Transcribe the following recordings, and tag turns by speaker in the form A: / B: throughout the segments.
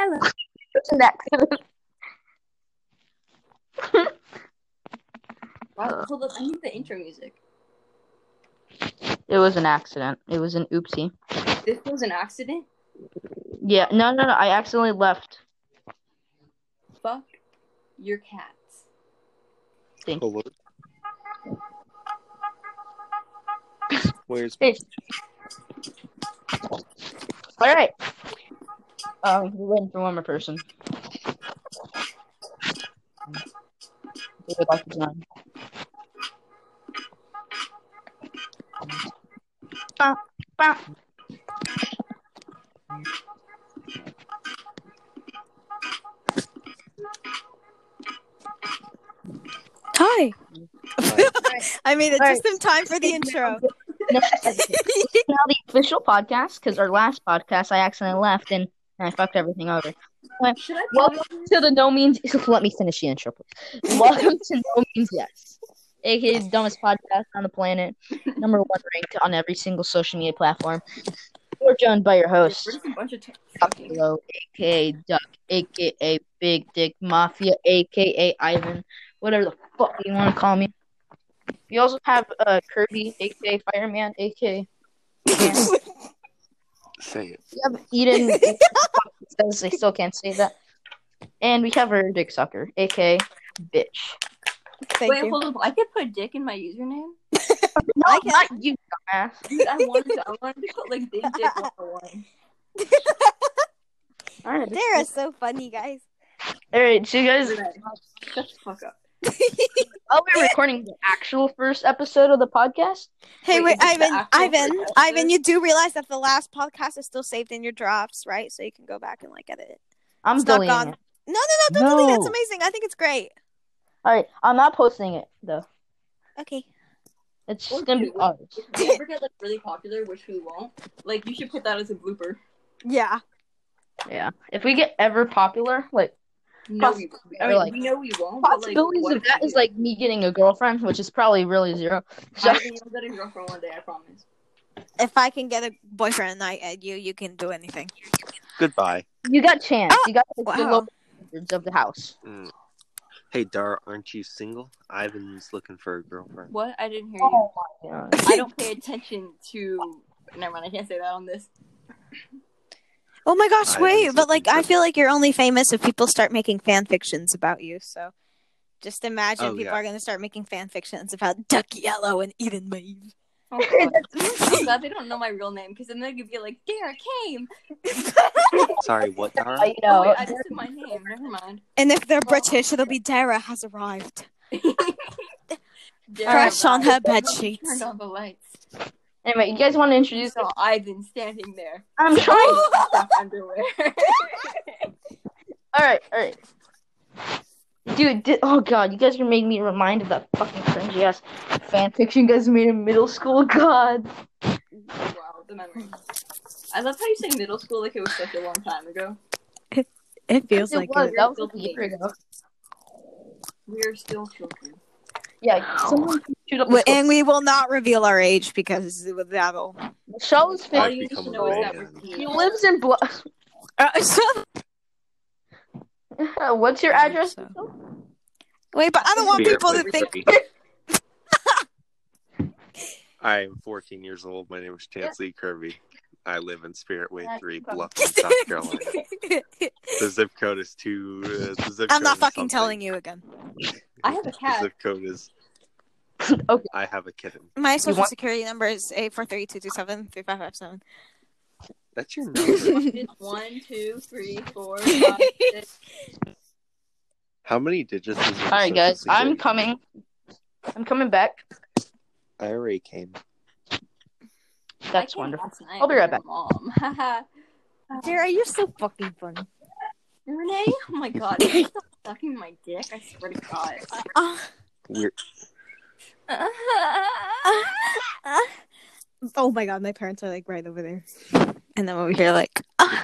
A: Hello.
B: Next. Uh.
A: Wow, hold up. I need the intro music.
B: It was an accident. It was an oopsie.
A: This was an accident.
B: Yeah, no, no, no. I accidentally left.
A: Fuck your cats.
C: Hello. Where's
B: All right. Um, we're waiting for one more person. They would like to join. Bah, bah.
D: Hi.
C: Hi.
D: I made it
B: All
D: just in time for the intro.
B: No, now the official podcast because our last podcast I accidentally left and I fucked everything over.
A: Should I?
B: Welcome to the No Means. Let me finish the intro, please. Welcome to No Means Yes, aka the dumbest podcast on the planet, number one ranked on every single social media platform. We're joined by your
A: We're
B: host,
A: just a bunch of t- fucking-
B: Buffalo, aka Duck, aka Big Dick Mafia, aka Ivan, whatever the fuck you want to call me. We also have uh, Kirby, aka Fireman, aka
C: Say it.
B: we have Eden says they still can't say that, and we have our dick sucker, aka bitch.
D: Thank
A: Wait,
D: you.
A: hold up. I could put dick in my username.
B: No, not Oh, you, dumbass.
A: Dude, I wanted to. I wanted to put like big dick one one.
B: All right,
D: They are so funny, guys.
B: all right. So you guys,
A: Shut the fuck up.
B: I'll be recording the actual first episode of the podcast.
D: Hey,
A: Wait,
D: wait,
A: is this the
D: Ivan,
A: actual
D: Ivan,
A: first episode?
D: Ivan, you do realize that the last podcast is still saved in your drafts, right? So you can go back and like edit it.
B: I'm
D: It's not
B: deleting
D: gone.
B: it.
D: No, no, no, don't delete it. It's
C: No.
D: amazing. I think it's great.
B: All right, I'm not posting it though.
D: Okay.
B: It's just gonna be ours.
A: If we ever get like really popular, which we won't, like you should put that as a blooper.
D: Yeah.
B: Yeah. If we get ever popular, like
A: No,
B: Poss-
A: we, won't. I
B: or,
A: mean,
B: like,
A: we know we won't. but, like,
B: possibilities
A: what
B: of
A: if
B: that
A: we
B: is
A: do?
B: like me getting a girlfriend, which is probably really zero. So,
A: I will get a girlfriend one day. I promise.
D: If I can get a boyfriend and I at you, you can do anything.
C: Goodbye.
B: you got chance. You got the good
D: Wow.
B: local standards of the house.
C: Mm. Hey, Dar, aren't you single? Ivan's looking for a girlfriend.
A: What? I didn't hear you.
B: Oh my god.
A: I don't pay attention to. Never mind. I can't say that on this.
D: Oh my gosh,
C: I
D: wait,
C: was
D: but like
C: looking
D: I
C: for-
D: feel like you're only famous if people start making fan fictions about you. So just imagine
C: Oh,
D: people
C: yeah.
D: are gonna start making fan fictions about Duck Yellow and Eden Maeve.
A: Oh, God. I'm glad they don't know my real name because then they could be like, "Dare came."
C: Sorry, what, Dar?
B: I
A: Oh,
B: know.
A: wait, I just said my name. Never mind.
D: and if they're British, it'll be Dara has arrived.
A: Dare
D: Crush on her bed
A: Turned
D: sheets.
A: on the lights.
B: anyway, you guys want to
A: You
B: introduce?
A: saw Ivan standing there.
B: I'm trying.
A: Stuff underwear.
B: All right, all right. Dude, di- oh god, you guys are making me remind of that fucking cringy ass fan fiction you guys made in middle school. God,
A: wow, the memories. I love how you say middle school like it was such a long time ago.
D: It feels
B: it
D: like
B: was
D: it.
B: that was a year ago.
A: We are still children.
B: Yeah, someone can shoot up.
D: Wait,
B: the
D: And we will not reveal our age because that'll.
B: Michelle is
A: All
C: I've
B: fifty.
A: you need
C: become
A: to
C: a
A: know is that
C: man.
A: we're
B: She
A: here.
B: lives in. Blo-
D: Uh, so-
B: What's your address?
D: So- Wait, but I don't want
C: Beer,
D: people to
C: please,
D: think.
C: Kirby. I am 14 years old. My name is Chance Lee Kirby. I live in Spirit Way
B: That's
C: 3,
B: fun.
C: Bluffton, South Carolina. The zip code is two. Uh, the zip
D: I'm not
C: code
D: fucking telling you again.
A: I have a cat.
C: The zip code is.
B: Okay.
C: I have a kitten.
D: My social
B: want-
D: security number is eight four three two two seven three five five seven.
C: That's your number.
A: It's one, two, three, four, five, six.
C: How many digits is your
B: All right,
C: social
B: guys, I'm
C: security?
B: coming. I'm coming back.
C: I already came.
A: I
B: That's
A: came
B: wonderful.
A: last night
B: I'll be
A: with
B: right
A: my
B: back.
A: Mom. Haha.
D: Sarah, you're so fucking funny.
A: Renee? Oh my god. Is she still sucking my dick? I swear to God.
D: Uh,
C: We're,
D: uh, uh. Oh my god, my parents are like right over there, and then over here like. Uh,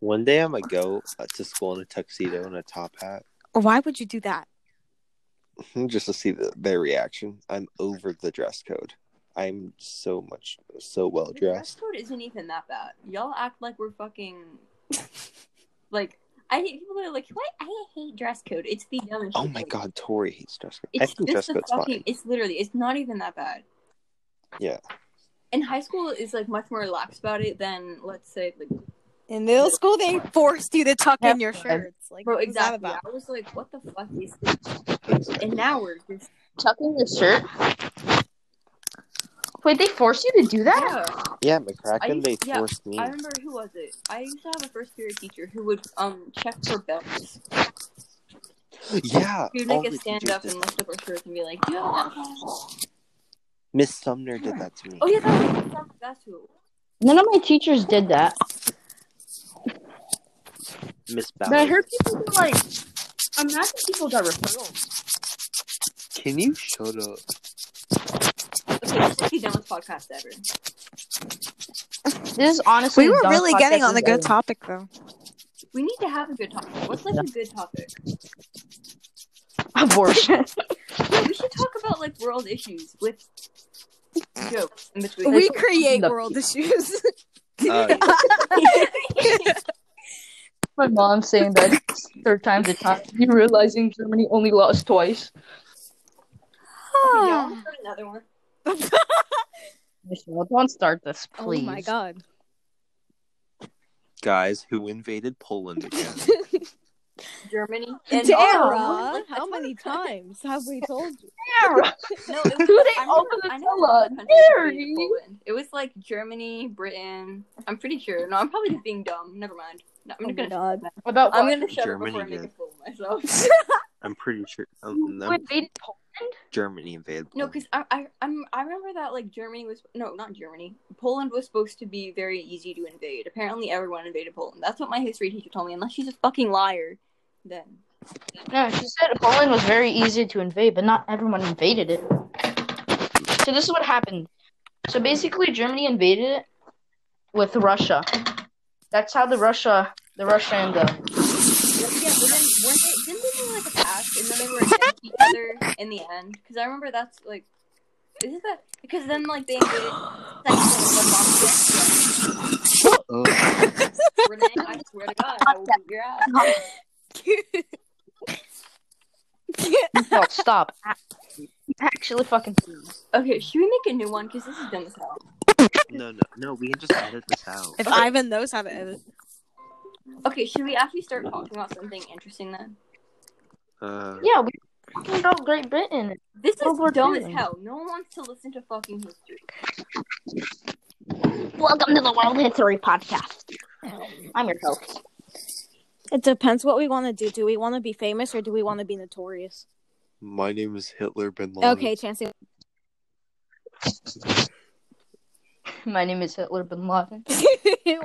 C: one day I'm gonna go uh, to school in a tuxedo and a top hat
D: why would you do that?
C: just to see the, their reaction. I'm over the dress code. I'm so much so well
A: The dress
C: dressed.
A: code isn't even that bad. Y'all act like we're fucking Like I hate people that are like, "What? I hate dress code. It's the dumbest."
C: Oh
A: shit
C: my
A: ever."
C: god, Tori hates dress code. I
A: It's
C: think dress
A: just the
C: code's
A: fucking.
C: fine.
A: It's literally. It's not even that bad.
C: Yeah.
A: And high school is like much more relaxed about it than let's say like
D: In middle school, they forced you to tuck
B: Yeah.
D: in your shirts. Like,
A: bro
D: what was that
A: exactly.
D: about?
A: I was like, what the fuck is this? And now we're just
B: Tucking your shirt. Wait, they forced you to do that?
A: yeah.
C: Yeah,
A: I
C: McCracken,
A: used-
C: they
A: yeah,
C: forced me.
A: I remember who was it? I used to have a first period teacher who would um check for belts.
C: yeah.
A: He would
C: all
A: make
C: the
A: us stand
C: teachers
A: up
C: did
A: and
C: that.
A: lift up our shirts and be like, "Do you have a belt?"
C: Miss Sumner did that to me.
A: Oh yeah, that was, that's who. it was.
B: None of my teachers did that.
C: Miss
B: But I
C: Ballard.
B: heard people were like, imagine people got referrals.
C: Can you shut up?
A: Okay, this is the dumbest podcast ever.
B: This is honestly.
D: We were
B: the dumbest
D: really getting
B: podcast
D: on the
B: we've
D: good
B: ever-
D: topic, though.
A: We need to have a good topic. What's like a good topic?
B: Abortion.
A: Yeah, we should talk about like world issues with jokes in between.
D: We
B: Like,
D: create
B: the-
D: world issues.
C: Oh, yeah.
B: my mom saying that third time's a time. You realizing Germany only lost twice.
A: Okay, yeah, I'll start another one.
B: Michelle, don't start this,
D: oh
B: please.
D: my god.
C: Guys, who invaded Poland again?
A: Germany.
D: Dara,
A: Like,
D: how many times have we told you?
B: Sarah,
A: No, it was,
B: Who they
A: I know-
B: open the
A: I know
B: door?
A: the countries that
B: Mary.
A: invaded Poland. It was like Germany, Britain. I'm pretty sure. No, I'm probably just being dumb. Never mind. No, I'm
D: Oh
A: just
D: my
A: gonna.
D: god.
B: about
A: I'm
B: what?
A: gonna shut
C: Germany
A: up before I make a
C: did.
A: fool of myself.
C: I'm pretty sure um,
B: You
C: no,
B: invaded Poland?
C: Germany invaded
A: No,
C: Poland.
A: because I, I I'm I remember that like Germany was no not Germany Poland was supposed to be very easy to invade. Apparently, everyone invaded Poland. That's what my history teacher told me. Unless she's a fucking liar, then
B: No, she said Poland was very easy to invade, but not everyone invaded it. So this is what happened. So basically, Germany invaded it with Russia. That's how the Russia, the Russia and the
A: yeah, were they, were they, didn't they do like a pact and then they were against each other in the end? Because I remember that's like isn't that because then like they invaded. Like,
C: Ugh.
A: Renee, I swear to God, I will beat your ass.
B: no, stop. Actually, fucking.
A: Okay, should we make a new one? Because this is dumb as hell.
C: no, no, no. We can just edit this out.
D: If Ivan knows how to edit.
A: Okay, should we actually start talking about something interesting then?
C: Uh,
B: Yeah, we talking about Great Britain.
A: This is
B: World War
A: dumb
B: II.
A: as hell. No one wants to listen to fucking history.
B: Welcome to the World History Podcast. I'm your host.
D: It depends what we want to do. Do we want to be famous or do we want to be notorious?
C: My name is Hitler Bin Laden.
D: Okay, Chancey.
B: My name is Hitler Bin Laden.
D: Ew.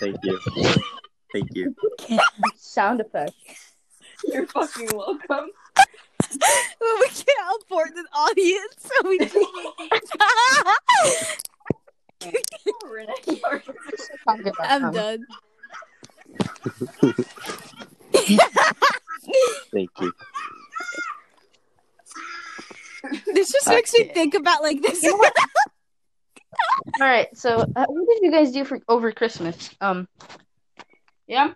C: Thank you. Thank you.
B: Sound effect.
A: You're fucking welcome.
D: we can't afford an audience, so we just.
A: Renee, you're-
B: Um,
D: I'm done.
C: Thank you.
D: This just makes me think about like this.
B: All right. So, uh, what did you guys do for over Christmas? Um, yeah, I'm-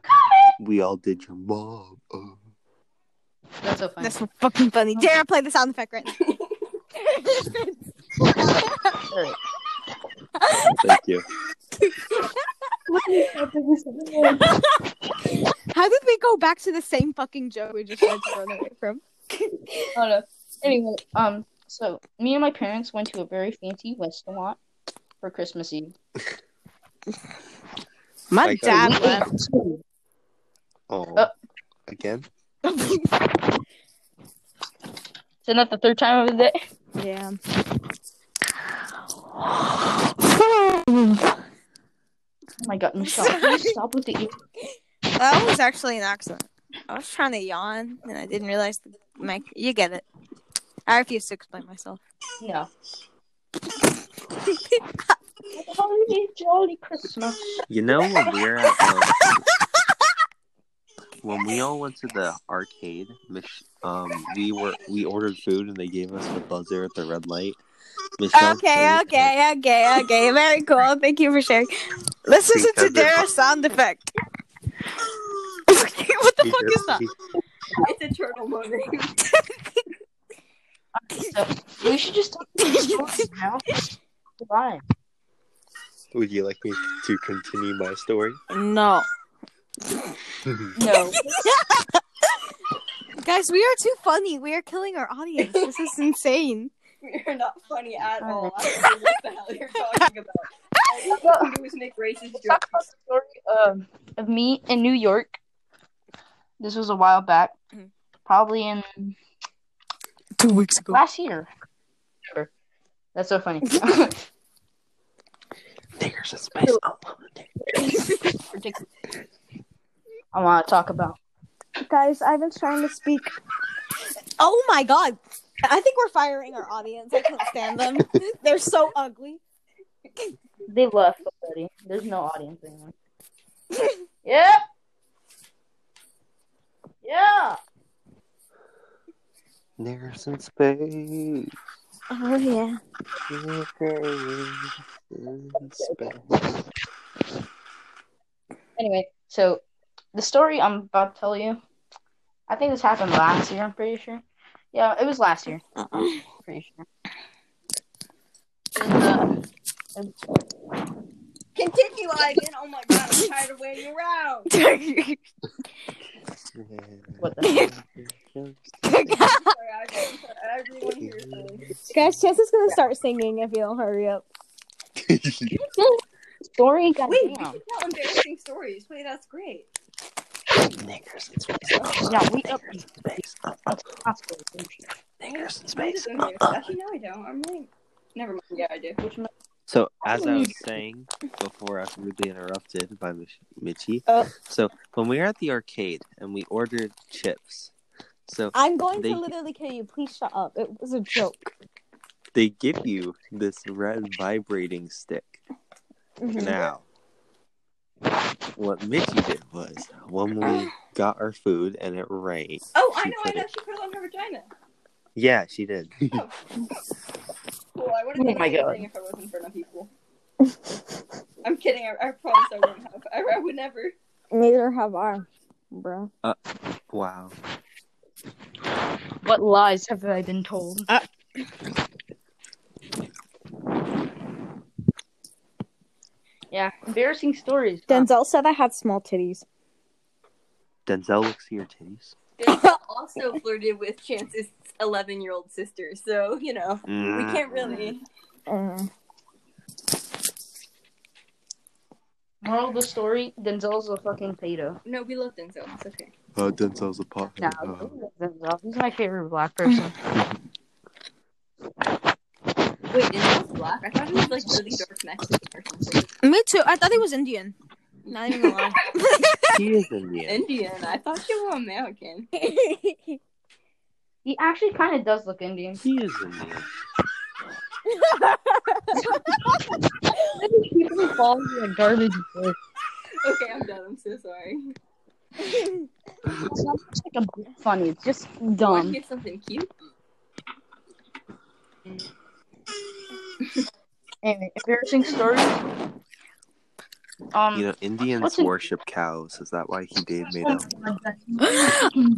C: We all did your mom. Oh.
B: that's so funny.
D: That's so fucking funny. Dara, play the sound effect right
B: All right.
C: Oh, Thank you.
D: How did we go back to the same fucking joke we just had to run away from?
B: Oh, no. Anyway, um, so me and my parents went to a very fancy restaurant for Christmas Eve.
D: My
C: Like,
D: dad
B: We
D: left.
B: ate food.
C: Oh.
B: Uh.
C: Again?
B: Isn't that the third time of the day?
D: yeah.
B: Oh my god, Michelle, can you stop with the ear?
D: That was actually an accident. I was trying to yawn and I didn't realize the mic. You get it. I refuse to explain myself.
B: No. Holy jolly Christmas.
C: You know when we were at um, when we all went to the arcade, Mich- um, we were we ordered food and they gave us the buzzer at the red light. Michelle
D: Okay,
C: turned-
D: okay, okay, okay. Very cool. Thank you for sharing. Let's
C: She
D: listen to
C: said that-
D: Dara's sound effect. what the
C: he
D: fuck
C: did-
D: is that?
C: he-
A: It's a turtle moving.
B: So we should just talk about the story now. Goodbye.
C: Would you like me to continue my story?
D: No.
A: no.
D: Guys, we are too funny. We are killing our audience. This is insane.
A: You're not funny at all. I don't know what the hell you're talking about. All you can do is make racist
B: talk
A: jokes.
B: about the story um, of me in New York. This was a while back,
D: Mhm.
B: probably in
D: Two weeks ago.
B: last year. Remember. That's so funny.
C: There's a space. Oh,
B: Ridiculous. I want to talk about.
D: Guys, I've been trying to speak. Oh my god. I think we're firing our audience. I can't stand them. They're so ugly.
B: They left already. There's no audience anymore. yep. Yeah.
C: There's a space.
D: Oh yeah.
C: In space.
B: Anyway, so the story I'm about to tell you, I think this happened last year. I'm pretty sure. Yeah, it was last year. pretty sure. uh,
A: Continue, Ivan. Oh my god, I'm tired of waiting around.
B: What
A: Sorry, Ivan. I really want to hear your thing.
D: Guys, Chance is gonna start singing if you don't hurry up.
B: story got
A: Wait, you should tell embarrassing stories. Wait, that's great.
C: Niggers in space.
B: Yeah, we up
C: Space. Niggers in
A: Space.
C: space.
A: Actually, no, I don't. I'm like, never mind. Yeah, I do.
C: So as I was saying before, I was rudely interrupted by Mich- Mitchie.
D: Oh.
C: So when we were at the arcade and we ordered chips, so
D: I'm going
C: They-
D: to literally kill you. Please shut up. It was a joke.
C: they give you this red vibrating stick.
A: Mm-hmm.
C: Now, what Mitchie did was when we got our food and it rained.
A: Oh, I
C: She
A: know, I
C: put
A: know.
C: it-
A: She put it on her vagina.
C: Yeah, she did.
A: Cool. I wouldn't
B: Oh
A: have done
B: my God.
A: anything if I wasn't in front of people. I'm kidding. I, I promise I wouldn't have. I, I would never.
D: Neither have I, bro.
C: Wow.
B: What lies have I been told? yeah, embarrassing stories.
D: Denzel said I had small titties.
C: Denzel looks at your titties.
A: Denzel also flirted with Chance's 11 year old sister, so, you know, we
C: Mm.
A: can't really.
D: Mm.
B: Uh, Moral of the story: Denzel's a fucking pedo.
A: No, we love Denzel. It's okay.
C: Oh, Denzel's a pothead.
B: Nah,
C: Oh.
B: Denzel. He's my favorite black person.
A: Wait, Denzel's black? I thought he was like really dark Mexican or something.
D: Me too. I thought he was Indian. Not even gonna lie.
C: He is Indian.
A: Indian. I thought you were American.
B: he actually kind of does look Indian.
C: He is Indian.
B: People call you a garbage boy.
A: Okay, I'm done. I'm so sorry.
B: It's not like a bit funny. It's just
A: Want
D: Um,
A: to
B: dumb.
A: hear something cute?
B: Anyway, embarrassing story. Um,
C: You know, Indians
B: What's it-
C: worship cows. Is that why he gave me
B: Oh
C: that?
B: my God,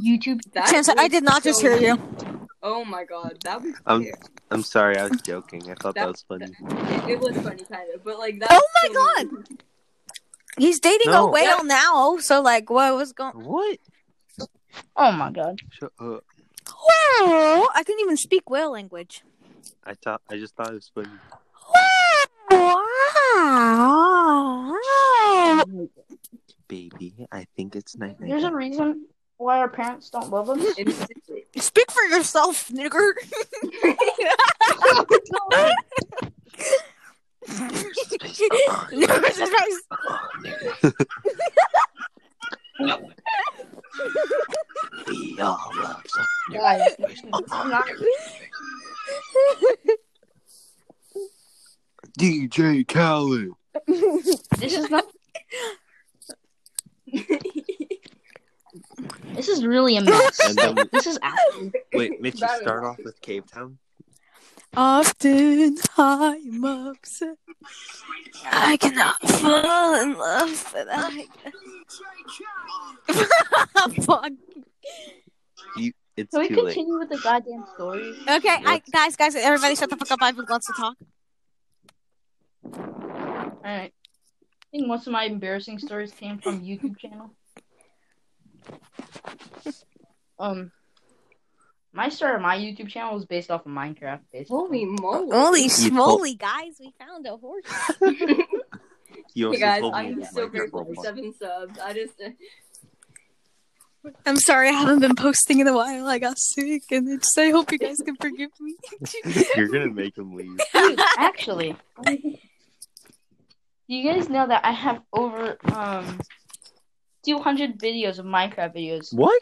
B: YouTube.
A: That
D: Chance, I
A: was
D: did not just hear
A: so-
D: you. Um,
A: Oh my god, that was.
C: I'm,
A: Yeah.
C: I'm sorry, I was joking. I thought that,
A: That-
C: was funny.
A: It, it was funny, kind of, but like that.
D: Oh
A: was
D: my
A: so-
D: He's dating
C: No.
D: a whale now, so like, what was going?
C: What?
B: Oh my god.
C: Shut up.
D: Wow! I couldn't even speak whale language.
C: I thought I just thought it was funny.
D: Wow!
C: Baby, I think it's night night.
B: There's a reason why our parents don't love us.
A: It's-
D: Speak for yourself, nigger. Nigger's advice.
C: We all love some
B: Guys, it's not-
C: DJ Khaled.
B: this is not. This is really a mess.
C: And then-
B: this is actually
C: Wait, Mitch, you
A: That is
C: start off
A: awesome.
C: with Cape Town.
D: Often I'm upset. I cannot fall in love, but I. Fuck.
C: It's
B: Can we
C: too late.
B: continue with the goddamn story?
D: Okay, I,
C: What?
D: guys, guys, everybody, shut the fuck up. Ivan wants to talk.
B: Alright. I think most of my embarrassing stories came from YouTube channel. Um my story of my YouTube channel was based off of Minecraft basically.
A: Holy moly.
D: Holy
C: told-
D: smoly, guys, we found a horse.
C: You also
A: Hey guys,
C: told me
A: I'm
C: you
A: so
C: like
A: grateful for
C: Roblox.
A: seven subs. I just
D: I'm sorry, I haven't been posting in a while. I got sick, and I just I hope you guys can forgive me.
C: You're gonna make him leave.
B: Dude, actually. Do you guys know that I have over um two hundred videos of Minecraft videos
C: What?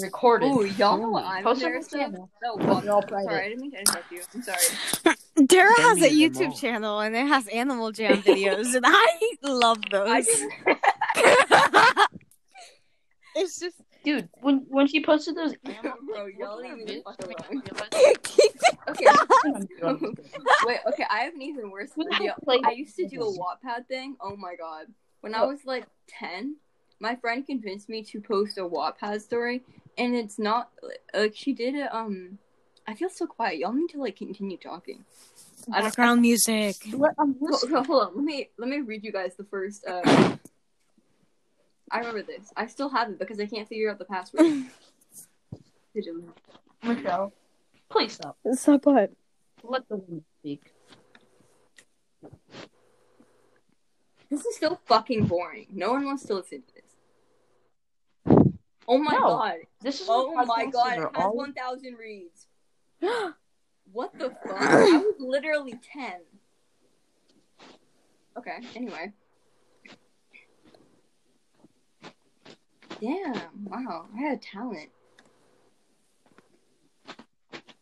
B: recorded.
A: oh y'all know what I'm
B: Post on
A: embarrassed
B: the
A: of?
B: channel.
A: No,
B: But they're all
A: I'm sorry, I
B: private.
A: didn't mean to interrupt you. I'm sorry.
D: Dara
C: Send
D: has
C: me
D: a
C: them all.
D: YouTube channel, and it has Animal Jam videos, and I love
A: I
D: those.
A: didn't-
D: it's just
B: Dude, when when she posted those
A: Bro, y'all leave me the fuck alone. Okay, wait, okay, I have an even worse
B: When I
A: video.
B: played-
A: I used to do a Wattpad thing. Oh my god. When I was like 10, my friend convinced me to post a Wattpad story, and it's not like she did it. Um, I feel so quiet. Y'all need to like continue talking. I don't-
D: background music.
B: What- I'm
A: Hold,
B: listening.
A: hold- hold on. Let me let me read you guys the first. Uh, I remember this. I still have it because I can't figure out the password. Digitally.
B: Michelle, please stop.
D: Stop what?
B: Let the woman speak.
A: This is so fucking boring. No one wants to listen to this. Oh my
B: No.
A: god.
B: This is
A: Oh
B: what
A: my
B: podcasts
A: god. It
B: are
A: has
B: all-
A: 1,000 reads. What the fuck? I was literally 10. Okay, anyway. Damn, wow. I had talent.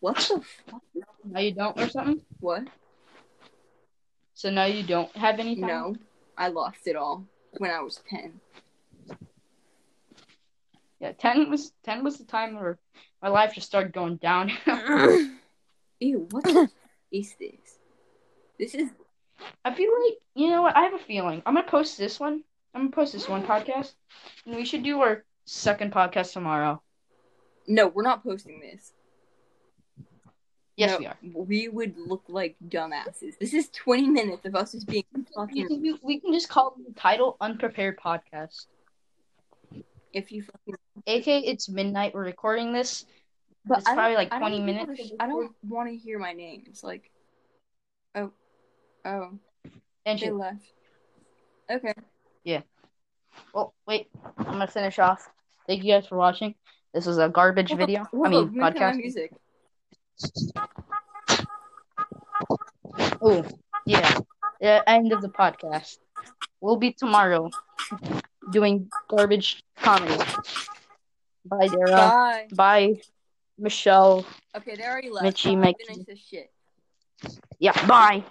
A: What the fuck?
B: Now you don't or something.
A: What?
B: So now you don't have any. talent?
A: No. I lost it all when I was 10.
B: Yeah, ten was ten was the time where my life just started going down.
A: Ew, what the f- is this? This is
B: I feel like you know what? I have a feeling. I'm gonna post this one. I'm gonna post this one podcast, and we should do our second podcast tomorrow.
A: No, we're not posting this.
B: Yes,
A: No,
B: we are.
A: We would look like dumbasses. This is 20 minutes of us just being
B: You
A: fucking.
B: think we, we can just call the title "Unprepared Podcast."
A: If you fucking.
B: AK, it's midnight. We're recording this. it's
A: I don't-
B: probably like
A: I don't
B: twenty
A: even wanna
B: minutes.
A: sh- I don't want to hear my name. It's like. Oh. Oh.
B: And
A: They
B: shit.
A: left. Okay.
B: Well, oh, wait. I'm gonna finish off. Thank you guys for watching. This was a garbage
A: What the-
B: video.
A: Whoa,
B: I mean,
A: let me turn my
B: podcast.
A: music.
B: Oh, yeah. Yeah. End of the podcast. We'll be tomorrow doing garbage comedy. Bye, Dara.
A: Bye.
B: Bye, Michelle.
A: Okay, they already left.
B: Mitchie,
A: I'll
B: Mickey.
A: Finish this shit.
B: Yeah. Bye.